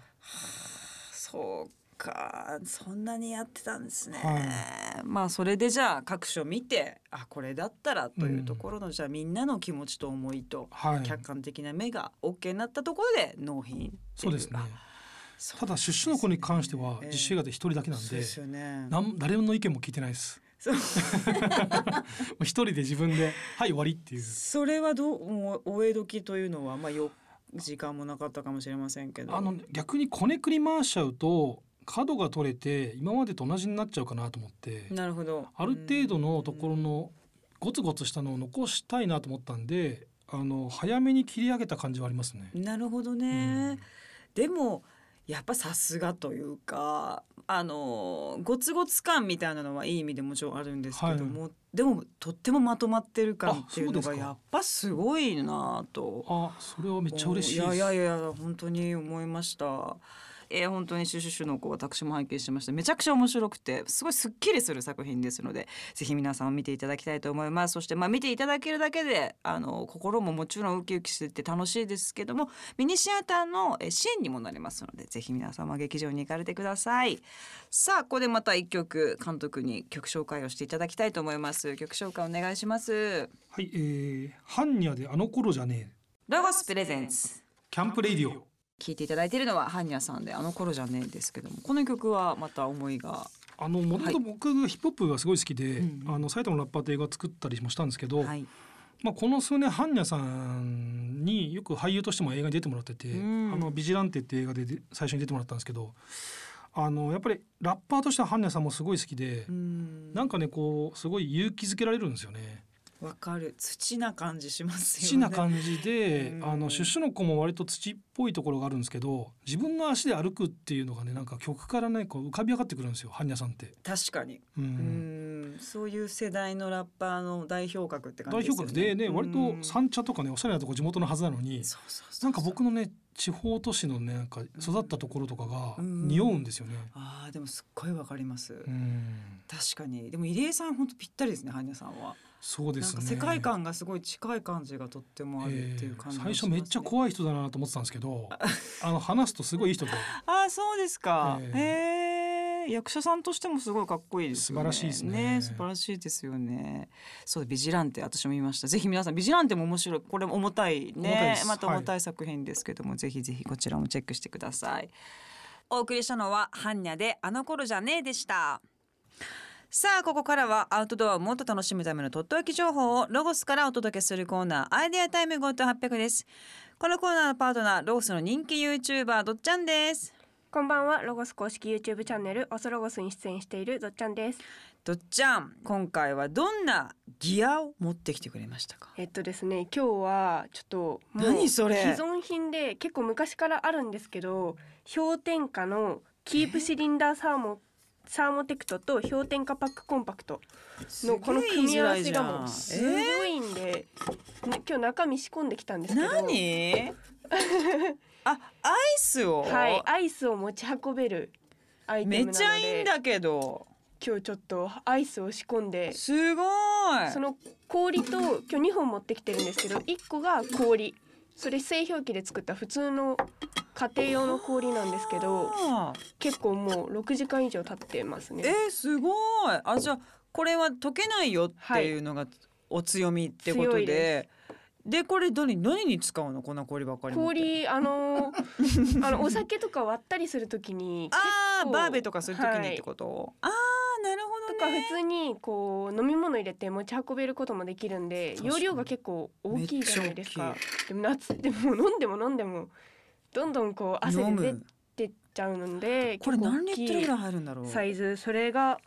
[SPEAKER 1] そうかそんなにやってたんですね、
[SPEAKER 2] は
[SPEAKER 1] まあそれでじゃあ各所見てあこれだったらというところの、じゃあみんなの気持ちと思いと
[SPEAKER 2] はい、
[SPEAKER 1] 客観的な目が OK になったところで納品ってい
[SPEAKER 2] そうですね
[SPEAKER 1] あそう
[SPEAKER 2] ただ出所の子に関しては
[SPEAKER 1] ええ
[SPEAKER 2] 実習映画で一人だけなん
[SPEAKER 1] そう
[SPEAKER 2] で
[SPEAKER 1] ですよね
[SPEAKER 2] なん誰の意見も聞いてないです。 [laughs]
[SPEAKER 1] そ
[SPEAKER 2] もう一人で自分で [laughs] 「はい終わり」っていう。
[SPEAKER 1] それはどうもうお江時というのはまあよ時間もなかったかもしれませんけど
[SPEAKER 2] あの逆にこねくり回しちゃうと角が取れて今までと同じになっちゃうかなと思って
[SPEAKER 1] なるほど
[SPEAKER 2] ある程度のところのゴツゴツしたのを残したいなと思ったんであの早めに切り上げた感じはありますね。
[SPEAKER 1] なるほどね、
[SPEAKER 2] うん
[SPEAKER 1] でもやっぱさすがというかあのゴツゴツ感みたいなのはいい意味でもちろんあるんですけども、でもとってもまとまってる感っていうのが
[SPEAKER 2] あそうですか
[SPEAKER 1] やっぱすごいなと。
[SPEAKER 2] あそれはめっちゃ嬉しいです。
[SPEAKER 1] やいやいや本当に思いました。えー本当にシュシュシュの子私も拝見しましためちゃくちゃ面白くてすごいすっきりする作品ですのでぜひ皆さん見ていただきたいと思いますそしてまあ見ていただけるだけであの心ももちろんウキウキしてて楽しいですけどもミニシアターのえー支援にもなりますのでぜひ皆様劇場に行かれてくださいさあここでまた一曲監督に曲紹介をしていただきたいと思います曲紹介お願いします
[SPEAKER 2] はい、えー、ハンニャであの頃じゃねえ
[SPEAKER 1] ロゴスプレゼンス
[SPEAKER 2] キャンプレイディオ
[SPEAKER 1] 聴いていただいているのはハンニャさんで「あの頃じゃねえ」ですけどもこの曲はまた思いが。
[SPEAKER 2] あのもともと僕がヒップホップがすごい好きで、
[SPEAKER 1] うんうん
[SPEAKER 2] あの埼玉のラッパーで映画作ったりもしたんですけど、
[SPEAKER 1] はい
[SPEAKER 2] まあ、この数年ハンニャさんによく俳優としても映画に出てもらってて「
[SPEAKER 1] うん
[SPEAKER 2] あのビジランテ」って映画でで最初に出てもらったんですけどあのやっぱりラッパーとしてはハンニャさんもすごい好きで、
[SPEAKER 1] うん
[SPEAKER 2] なんかねこうすごい勇気づけられるんですよね。
[SPEAKER 1] わかる土な感じしますよね
[SPEAKER 2] 土な感じで、
[SPEAKER 1] うん
[SPEAKER 2] あの出所の子も割と土っぽいところがあるんですけど自分の足で歩くっていうのがねなんか曲からねこう浮かび上がってくるんですよハンニャさんって。
[SPEAKER 1] 確かに
[SPEAKER 2] うん
[SPEAKER 1] うんそういう世代のラッパーの代表格って感
[SPEAKER 2] 代
[SPEAKER 1] じです
[SPEAKER 2] 表
[SPEAKER 1] よね
[SPEAKER 2] 格でね割
[SPEAKER 1] う
[SPEAKER 2] と
[SPEAKER 1] ん
[SPEAKER 2] 三茶とかねおしゃれなとこ地元のはずなのに
[SPEAKER 1] そうそうそう
[SPEAKER 2] なんか僕のね地方都市のねなんか育ったところとかが
[SPEAKER 1] うん
[SPEAKER 2] 匂うんですよね。
[SPEAKER 1] あーでもすっごいわかります、
[SPEAKER 2] うん
[SPEAKER 1] 確かにでも入江さん本当ぴったりですね羽根さんは、
[SPEAKER 2] そうで
[SPEAKER 1] なん
[SPEAKER 2] す
[SPEAKER 1] か
[SPEAKER 2] ね。
[SPEAKER 1] 世界観がすごい近い感じがとってもあるっていう感じ、
[SPEAKER 2] えー最初めっちゃ怖い人だなと思ってたんですけ
[SPEAKER 1] [laughs]
[SPEAKER 2] どあの話すとすごいいい人で
[SPEAKER 1] ああそうですか
[SPEAKER 2] え
[SPEAKER 1] へ
[SPEAKER 2] ー
[SPEAKER 1] え役者さんとしてもすごいかっこいいですよね
[SPEAKER 2] 素晴らしいですね
[SPEAKER 1] 素晴らしいですよねそうビジランテ私も見ましたぜひ皆さんビジランテも面白いこれも重たいね
[SPEAKER 2] 重たいです
[SPEAKER 1] また重たい作品ですけども、ぜひぜひこちらもチェックしてくださいお送りしたのはハンニャであの頃じゃねえでしたさあここからはアウトドアをもっと楽しむためのとっておき情報をロゴスからお届けするコーナーアイデアタイム GoTo800 ですこのコーナーのパートナーロゴスの人気 YouTuber どっちゃんです
[SPEAKER 3] こんばんはロゴス公式 YouTube チャンネルオソロゴスに出演しているぞっちゃんです
[SPEAKER 1] どっちゃん今回はどんなギアを持ってきてくれましたか
[SPEAKER 3] えっとですね今日はちょっともう
[SPEAKER 1] 何それ
[SPEAKER 3] 既存品で結構昔からあるんですけど氷点下のキープシリンダーサーモサーモテクトと氷点下パックコンパクトのこの組み合わせがもう
[SPEAKER 1] す
[SPEAKER 3] す
[SPEAKER 1] ごい言いづらい
[SPEAKER 3] ごいんで、ね今日中身仕込んできたんですけ
[SPEAKER 1] じゃ
[SPEAKER 3] ど
[SPEAKER 1] んえー、何あアイスを、
[SPEAKER 3] はいアイスを持ち運べるアイテ
[SPEAKER 1] め
[SPEAKER 3] ムなので
[SPEAKER 1] っちゃいいんだけど
[SPEAKER 3] 今日ちょっとアイスを仕込んです
[SPEAKER 1] ごい
[SPEAKER 3] その氷と今日2本持ってきてるんですけど1個が氷それ製氷機で作った普通の家庭用の氷なんですけど
[SPEAKER 1] あー
[SPEAKER 3] 結構もう6時間以上経ってますね
[SPEAKER 1] えー、すごいあじゃあこれは溶けないよっていうのがお強みってこと
[SPEAKER 3] 強
[SPEAKER 1] で、
[SPEAKER 3] いで
[SPEAKER 1] でこれどれ何に使うのこんな氷ばっかり持って
[SPEAKER 3] 氷あの
[SPEAKER 1] [laughs]
[SPEAKER 3] ーあのお酒とか割ったりするときに結
[SPEAKER 1] あー
[SPEAKER 3] 構
[SPEAKER 1] バーベとかするときにってこと、ああなるほど
[SPEAKER 3] と
[SPEAKER 1] ね
[SPEAKER 3] か普通にこう飲み物入れて持ち運べることもできるんで
[SPEAKER 1] 確かに
[SPEAKER 3] 容量が結構大きいじゃないです
[SPEAKER 1] めっ
[SPEAKER 3] か
[SPEAKER 1] ち
[SPEAKER 3] でも夏ってもう飲んでも飲んでもどんどんこう汗
[SPEAKER 1] 飲
[SPEAKER 3] で出
[SPEAKER 1] む
[SPEAKER 3] てっちゃうので
[SPEAKER 1] これ
[SPEAKER 3] 結構
[SPEAKER 1] 何
[SPEAKER 3] 大
[SPEAKER 1] リ
[SPEAKER 3] き
[SPEAKER 1] ットルぐ
[SPEAKER 3] い
[SPEAKER 1] らい入るんだろう
[SPEAKER 3] サイズそれが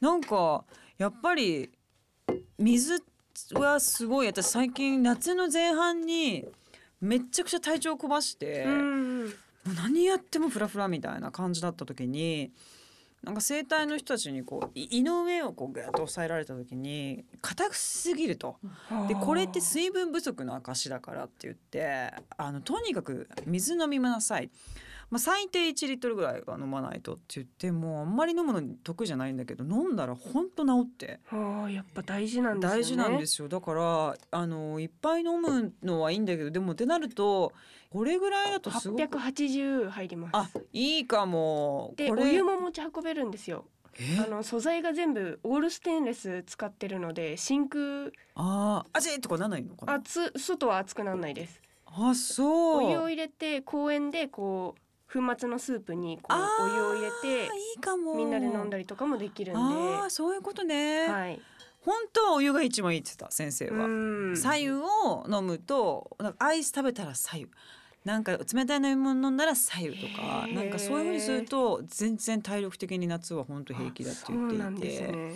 [SPEAKER 1] なんかやっぱり水はすごい私最近夏の前半にめっちゃくちゃ体調をこばして、
[SPEAKER 3] う
[SPEAKER 1] も
[SPEAKER 3] ん
[SPEAKER 1] う何やってもフラフラみたいな感じだった時になんか生体の人たちにこうい胃の上をこうグッと押さえられた時に硬すぎるとでこれって水分不足の証だからって言ってあのとにかく水飲みなさい、まあ、最低1リットルぐらいは飲まないとって言ってもうあんまり飲むの得意じゃないんだけど飲んだらほんと治って
[SPEAKER 3] ああやっぱ大事なんですよね
[SPEAKER 1] 大事なんですすよだからあのいっぱい飲むのはいいんだけどでもってなるとこれぐらいだとすごく
[SPEAKER 3] 880入ります
[SPEAKER 1] あいいかも
[SPEAKER 3] で
[SPEAKER 1] こ
[SPEAKER 3] お
[SPEAKER 1] れ
[SPEAKER 3] 湯も持ち運べるんですよ
[SPEAKER 1] え
[SPEAKER 3] あの素材が全部オールステンレス使ってるので真空
[SPEAKER 1] あーあじとかなんないのかな
[SPEAKER 3] 熱外は熱くならないです
[SPEAKER 1] あそう
[SPEAKER 3] お湯を入れて公園でこう粉末のスープにこうお湯を入れて
[SPEAKER 1] あーいいかも
[SPEAKER 3] みんなで飲んだ
[SPEAKER 1] り
[SPEAKER 3] りとかもできるんで
[SPEAKER 1] ああそういうことね、
[SPEAKER 3] はい
[SPEAKER 1] 本当はお湯が一番いいって言ってた先生は。
[SPEAKER 3] ん
[SPEAKER 1] 左右を飲むとなんかアイス食べたら左右なんか冷たい飲み物飲んだら左右とか
[SPEAKER 3] へー
[SPEAKER 1] なんかそういうふうにすると全然体力的に夏は本当平気だって言
[SPEAKER 3] そうな
[SPEAKER 1] っ
[SPEAKER 3] ん
[SPEAKER 1] てい
[SPEAKER 3] です
[SPEAKER 1] てそう,、
[SPEAKER 3] ね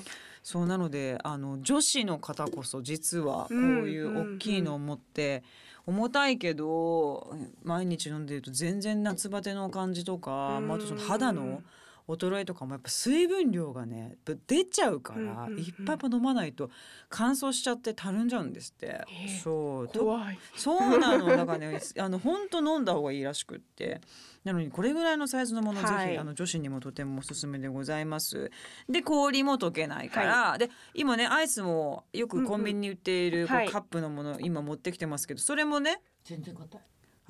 [SPEAKER 1] なのであの女子の方こそ実はこういう大きいのを持って、重たいけど毎日飲んでると全然夏バテの感じとか、まあ、あとその肌
[SPEAKER 3] う
[SPEAKER 1] の
[SPEAKER 3] ん
[SPEAKER 1] 衰えとかもやっぱ水分量がねぶ出ちゃうから、
[SPEAKER 3] うんうんうん
[SPEAKER 1] いっぱいやっぱ飲まないと乾燥しちゃってたるんじゃうんですって
[SPEAKER 3] え。
[SPEAKER 1] そうと
[SPEAKER 3] 怖い
[SPEAKER 1] そうなのだからね [laughs] あの本当飲んだ方がいいらしくってなのにこれぐらいのサイズのもの、
[SPEAKER 3] はい
[SPEAKER 1] ぜひあの女子にもとてもおすすめでございます。で氷も溶けないから、で今ねアイスもよくコンビニに売っている、
[SPEAKER 3] うんうん
[SPEAKER 1] こうカップのもの今持ってきてますけどそれもね
[SPEAKER 4] 全然硬い。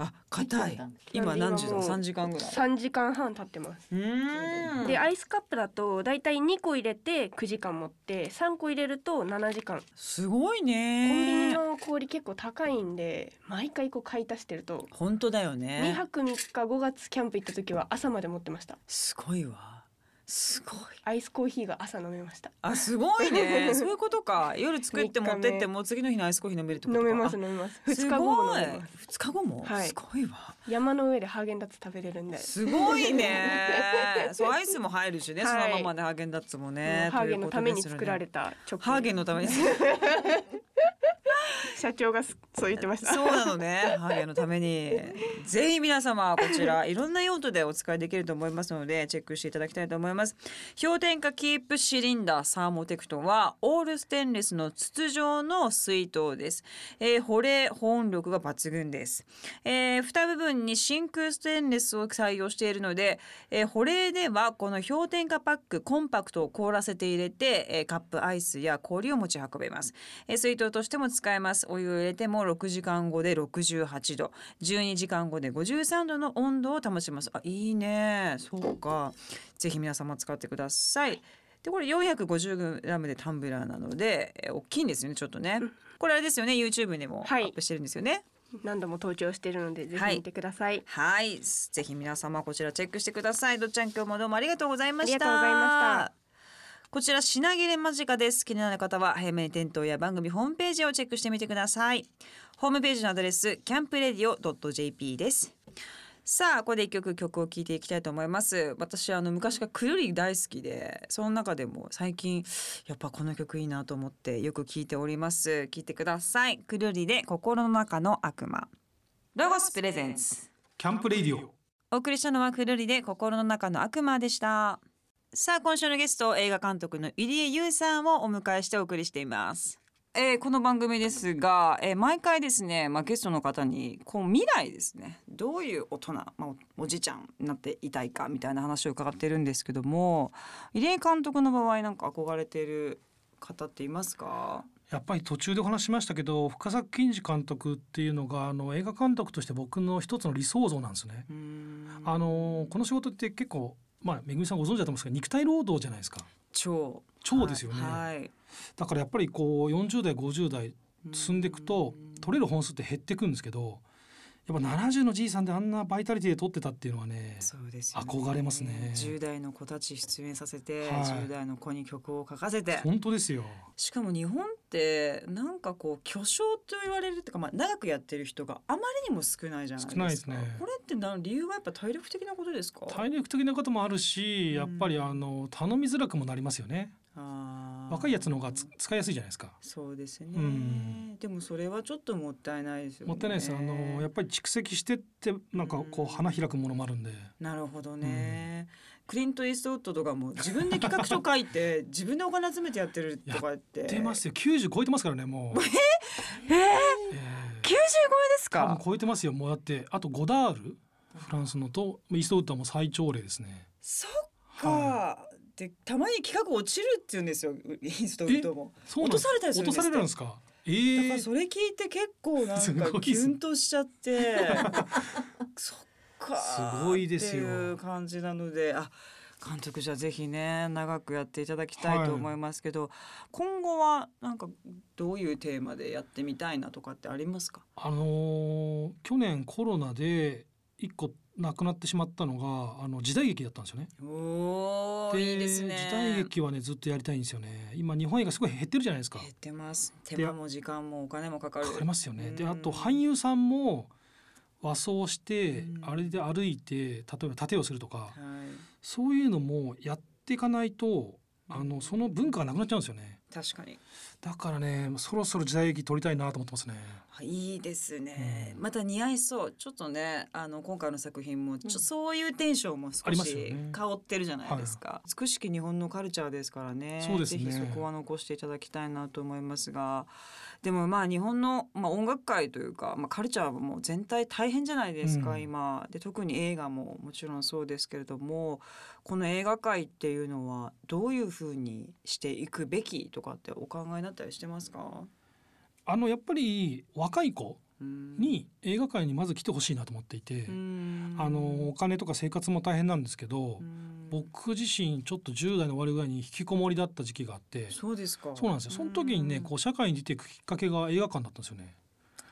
[SPEAKER 1] あ硬い
[SPEAKER 3] な
[SPEAKER 1] 今
[SPEAKER 3] んで
[SPEAKER 1] 何時
[SPEAKER 3] 今
[SPEAKER 1] だ
[SPEAKER 3] もう
[SPEAKER 1] 三時間ぐらい
[SPEAKER 3] 3時間半経ってます
[SPEAKER 1] うーん
[SPEAKER 3] でアイスカップだとだいたい2個入れて9時間持って3個入れると7時間
[SPEAKER 1] すごい
[SPEAKER 3] コンビニ
[SPEAKER 1] ね
[SPEAKER 3] の氷結構高いんで毎回こう買い足してると
[SPEAKER 1] 本当だよ
[SPEAKER 3] 2
[SPEAKER 1] ね
[SPEAKER 3] 泊3日5月キャンプ行った時は朝まで持ってました
[SPEAKER 1] すごいわすごい
[SPEAKER 3] アイスコーヒーが朝飲めました
[SPEAKER 1] あすごい
[SPEAKER 3] [laughs]
[SPEAKER 1] ねそういうことか夜作って
[SPEAKER 3] 三
[SPEAKER 1] 持
[SPEAKER 3] 日
[SPEAKER 1] っ
[SPEAKER 3] 目
[SPEAKER 1] てってもう次の日のアイスコーヒー飲めるってこと
[SPEAKER 3] 飲
[SPEAKER 1] か
[SPEAKER 3] めます
[SPEAKER 1] あ
[SPEAKER 3] 飲めます
[SPEAKER 1] す
[SPEAKER 3] 2日後も飲めます
[SPEAKER 1] ごい二日後も、
[SPEAKER 3] はい
[SPEAKER 1] すごいわ
[SPEAKER 3] 山の上でハーゲンダッツ食べれるんです
[SPEAKER 1] ごい
[SPEAKER 3] [laughs]
[SPEAKER 1] ねそうアイスも入るしね、
[SPEAKER 3] は
[SPEAKER 1] そ
[SPEAKER 3] い
[SPEAKER 1] のままでハーゲンダッツもね
[SPEAKER 3] ハーゲンのために
[SPEAKER 1] ということですよ
[SPEAKER 3] 作ら
[SPEAKER 1] ね
[SPEAKER 3] れたチョコ
[SPEAKER 1] ハーゲンのために
[SPEAKER 3] 社長がすそう言ってまし
[SPEAKER 1] [laughs]
[SPEAKER 3] た
[SPEAKER 1] そうなのねハーゲンのためにぜひ皆様こちらいろんな用途でお使いできると思いますのでチェックしていただきたいと思います氷点下キープシリンダーサーモテクトはオールステンレスの筒状の水筒です、えー保冷保温力が抜群です、えー蓋部分に真空ステンレスを採用しているので、えー保冷ではこの氷点下パックコンパクトを凍らせて入れて、えーカップアイスや氷を持ち運べます、えー水筒としても使えますお湯を入れても6時間後で68度12時間後で53度の温度を保ちますあいいねそうかぜひ皆様使ってくださいでこれ 450g でタンブラーなので、えー大きいんですよねちょっとねこれあれですよね YouTube でもア
[SPEAKER 3] はい
[SPEAKER 1] ップしてるんですよね、
[SPEAKER 3] 何度も登場しているのでぜ
[SPEAKER 1] はい
[SPEAKER 3] ひ見てください、
[SPEAKER 1] はい、ぜひ皆様こちらチェックしてください。どっちゃん今日もどうもありがとうございました。
[SPEAKER 3] ありがとうございました。
[SPEAKER 1] こちら品切れ間近です。気になる方は早めに店頭や番組ホームページをチェックしてみてください。ホームページのアドレスキャンプレディオドット jp です。さあここで一曲曲を聴いていきたいと思います私あの昔からくるり大好きでその中でも最近やっぱこの曲いいなと思ってよく聴いております聴いてくださいくるりで心の中の悪魔ロゴスプレゼンツ
[SPEAKER 2] キャンプレイディオ
[SPEAKER 1] お送りしたのはくるりで心の中の悪魔でしたさあ今週のゲスト映画監督の入江優さんをお迎えしてお送りしていますえーこの番組ですが、えー毎回ですね、まあ、ゲストの方にこう未来ですねどういう大人、まあ、おおじいちゃんになっていたいかみたいな話を伺ってるんですけども入江監督の場合なんか憧れてる方っていますか
[SPEAKER 2] やっぱり途中でお話しましたけど深作欣二監督っていうのがあの映画監督として僕の一つの理想像なんですね。
[SPEAKER 1] うーん
[SPEAKER 2] あのこの仕事って結構まあめぐみさんご存知だと思うんですけど肉体労働じゃないですか。
[SPEAKER 1] 超
[SPEAKER 2] 超ですよね。
[SPEAKER 1] はいはい
[SPEAKER 2] だからやっぱりこう40代50代進んでいくと取れる本数って減っていくんですけどやっぱ70のじいさんであんなバイタリティで取ってたっていうのはね
[SPEAKER 1] そうですよね
[SPEAKER 2] 憧れますね
[SPEAKER 1] 10代の子たち出演させて、
[SPEAKER 2] はい
[SPEAKER 1] 10代の子に曲を書かせて
[SPEAKER 2] 本当ですよ。
[SPEAKER 1] しかも日本ってなんかこう巨匠と言われるっていうか、まあ、長くやってる人があまりにも少ないじゃないですか
[SPEAKER 2] 少ないですね
[SPEAKER 1] これってなん理由はやっぱ体力的なことですか
[SPEAKER 2] 体力的なこともあるしやっぱり
[SPEAKER 1] うん
[SPEAKER 2] あの頼みづらくもなりますよね。若
[SPEAKER 1] 若
[SPEAKER 2] いやつの方がつ使いやすいじゃないですか。
[SPEAKER 1] そうですね、
[SPEAKER 2] うん
[SPEAKER 1] でもそれはちょっともったいないですよね
[SPEAKER 2] もったいないです。あのやっぱり蓄積してってなんか
[SPEAKER 1] う
[SPEAKER 2] こ
[SPEAKER 1] ん
[SPEAKER 2] う花開くものもあるんで。
[SPEAKER 1] なるほどね、クリント・イーストウッドとかも自分で企画書書いて自分でお金集めてやってるとかって
[SPEAKER 2] 出ますよ。90超えてますからねもう。
[SPEAKER 1] [laughs] えー、
[SPEAKER 2] え
[SPEAKER 1] 95
[SPEAKER 2] え
[SPEAKER 1] です
[SPEAKER 2] 多
[SPEAKER 1] か
[SPEAKER 2] 分超えてますよ。もうだってあとゴダールフランスのとイーストウッドはもう最長例ですね。
[SPEAKER 1] そっか、でたまに企画落ちるって言うんですよインストウッドも
[SPEAKER 2] そう
[SPEAKER 1] 落
[SPEAKER 2] なんで
[SPEAKER 1] とされた
[SPEAKER 2] す
[SPEAKER 1] りするんです
[SPEAKER 2] 落と
[SPEAKER 1] っ
[SPEAKER 2] さ
[SPEAKER 1] て
[SPEAKER 2] れるんですか。え
[SPEAKER 1] だか
[SPEAKER 2] え
[SPEAKER 1] らそれ聞いて結構なん
[SPEAKER 2] すご
[SPEAKER 1] か
[SPEAKER 2] い
[SPEAKER 1] キ
[SPEAKER 2] です
[SPEAKER 1] ュ
[SPEAKER 2] ね
[SPEAKER 1] ンとしちゃ [laughs] ってそっか
[SPEAKER 2] すごいですよ
[SPEAKER 1] っていう感じなのであ監督じゃあぜひね長くやっていただきたいと思いますけど、今後はなんかどういうテーマでやってみたいなとかってありますか
[SPEAKER 2] あのー去年コロナで一個亡くなってしまったのがあの時代劇だったんですよね。
[SPEAKER 1] おーいいですね
[SPEAKER 2] 時代劇はねずっとやりたいんですよね。今日本映画すごい減ってるじゃないですか。
[SPEAKER 1] 減ってます手間も時間もお金もかかる
[SPEAKER 2] かかりますよ
[SPEAKER 1] う
[SPEAKER 2] ね。
[SPEAKER 1] ん
[SPEAKER 2] であと俳優さんも和装して
[SPEAKER 1] うん
[SPEAKER 2] あれで歩いて例えば盾をするとか
[SPEAKER 1] はい
[SPEAKER 2] そういうのもやっていかないとあのその文化がなくなっちゃうんですよね。
[SPEAKER 1] 確かに
[SPEAKER 2] だからねそろそろ時代劇撮りたいなと思ってますね。
[SPEAKER 1] あいいですね、
[SPEAKER 2] うん
[SPEAKER 1] また似合いそうちょっとねあの今回の作品もちょ、
[SPEAKER 3] うん
[SPEAKER 1] そういうテンションも
[SPEAKER 2] あ
[SPEAKER 1] 少
[SPEAKER 2] りますよ
[SPEAKER 1] し
[SPEAKER 2] ね
[SPEAKER 1] 香ってるじゃないですか、美しき日本のカルチャーですからね
[SPEAKER 2] そうですね
[SPEAKER 1] ぜひそこは残していただきたいなと思いますがでもまあ日本の、まあ、音楽界というか、まあ、カルチャーはもう全体大変じゃないですか、
[SPEAKER 2] うん
[SPEAKER 1] 今で特に映画ももちろんそうですけれどもこの映画界っていうのはどういうふうにしていくべきとかってお考えになったりしてますか、
[SPEAKER 2] あのやっぱり若い子に映画界にまず来てほしいなと思っていて、あのお金とか生活も大変なんですけど、僕自身ちょっと10代の終わりぐらいに引きこもりだった時期があって
[SPEAKER 1] そうですか
[SPEAKER 2] そうなんですよその時にねこう社会に出ていくきっかけが映画館だったんですよね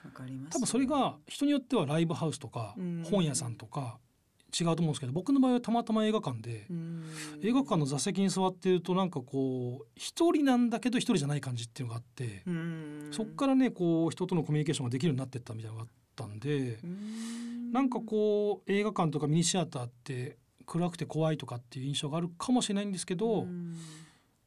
[SPEAKER 1] わかります
[SPEAKER 2] 多分それが人によってはライブハウスとか
[SPEAKER 1] うん
[SPEAKER 2] 本屋さんとか違うと思うんですけど僕の場合はたまたま映画館で
[SPEAKER 1] うん
[SPEAKER 2] 映画館の座席に座ってるとなんかこう一人なんだけど一人じゃない感じっていうのがあって
[SPEAKER 1] うん
[SPEAKER 2] そっからねこう人とのコミュニケーションができるようになってったみたいなのがあったんでなんかこう映画館とかミニシアターって暗くて怖いとかっていう印象があるかもしれないんですけど、
[SPEAKER 1] ん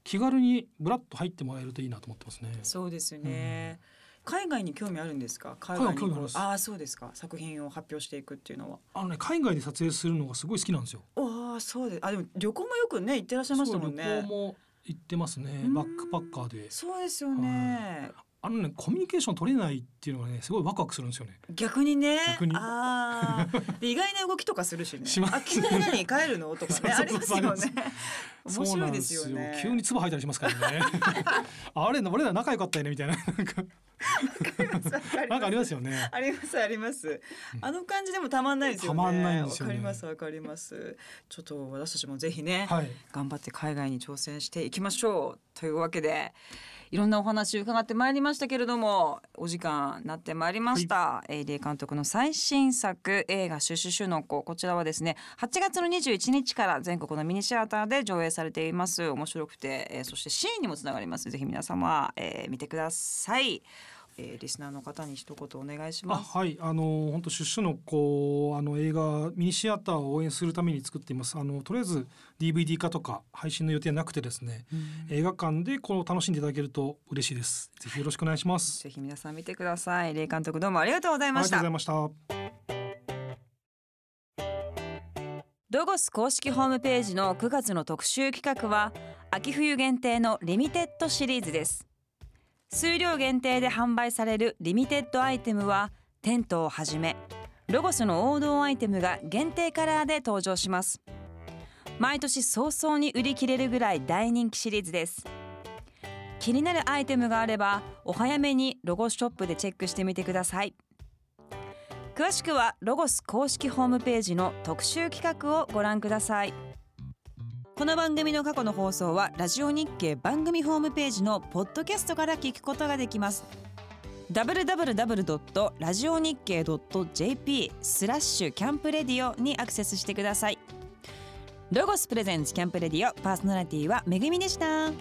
[SPEAKER 2] 気軽にブラッと入ってもらえるといいなと思ってますね。
[SPEAKER 1] そうですね、海外に興味あるんですか海外
[SPEAKER 2] 外に
[SPEAKER 1] に
[SPEAKER 2] 興味あります
[SPEAKER 1] ああそうですか作品を発表していくっていうのは
[SPEAKER 2] あのね海外で撮影するのがすごい好きなんですよ。
[SPEAKER 1] ああそうですあでも旅行もよくね行ってらっしゃいましたもん
[SPEAKER 2] そう旅
[SPEAKER 1] ね
[SPEAKER 2] 行も行ってますね。
[SPEAKER 1] うん
[SPEAKER 2] バックパッカーで。
[SPEAKER 1] そうですよね
[SPEAKER 2] あのねコミュニケーション取れないっていうのがねすごいワクワクするんですよね。
[SPEAKER 1] 逆にね
[SPEAKER 2] 逆に
[SPEAKER 1] あ
[SPEAKER 2] [laughs]
[SPEAKER 1] ーで意外な動きとかするしね
[SPEAKER 2] します
[SPEAKER 1] あ昨日何帰るのとかねあ
[SPEAKER 2] そう
[SPEAKER 1] り
[SPEAKER 2] [laughs] そ
[SPEAKER 1] ま
[SPEAKER 2] う
[SPEAKER 1] す
[SPEAKER 2] そ
[SPEAKER 1] よね面
[SPEAKER 2] うあ
[SPEAKER 1] 白いですよ
[SPEAKER 2] そうなん
[SPEAKER 1] ね
[SPEAKER 2] 急に唾吐いたりしますから [laughs] ね。あれ俺ら仲良かったよねみたい [laughs] ななんかなんかありますよ
[SPEAKER 1] [laughs]
[SPEAKER 2] ね。
[SPEAKER 1] ありますあります。あの感じでもたまんないですよね。
[SPEAKER 2] たまんないんですよね
[SPEAKER 1] わかりますわかります。ちょっと私たちもぜひね、
[SPEAKER 2] はい。
[SPEAKER 1] 頑張って海外に挑戦していきましょうというわけでいろんなお話伺ってまいりましたけれどもお時間になってまいりました、えーレイ監督の最新作映画「シュシュシュの子」こちらはですね8月の21日から全国のミニシアターで上映されています面白くて、えーそしてシーンにもつながりますぜひ皆様、えー見てください、えーリスナーの方に一言お願いし
[SPEAKER 2] あ
[SPEAKER 1] ます
[SPEAKER 2] はいあの本当出所のこうあの映画ミニシアターを応援するために作っていますあのとりあえず DVD 化とか配信の予定はなくてですね、映画館でこの楽しんでいただけると嬉しいですぜひよろしくお願いします
[SPEAKER 1] ぜひ皆さん見てくださいレイ監督どうもありがとうござい
[SPEAKER 2] あり
[SPEAKER 1] ま
[SPEAKER 2] が
[SPEAKER 1] し
[SPEAKER 2] とう
[SPEAKER 1] た
[SPEAKER 2] ございました
[SPEAKER 1] ロゴス公式ホームページの9月の特集企画は秋冬限定のリミテッドシリーズです数量限定で販売されるリミテッドアイテムはテントをはじめロゴスの王道アイテムが限定カラーで登場します毎年早々に売り切れるぐらい大人気シリーズです気になるアイテムがあればお早めにロゴスショップでチェックしてみてください詳しくはロゴス公式ホームページの特集企画をご覧くださいこの番組の過去の放送はラジオ日経番組ホームページのポッドキャストから聞くことができます www.radionickei.jp スラッシュキャンプレディオにアクセスしてくださいロゴスプレゼンツキャンプレディオパーソナリティはめぐみでした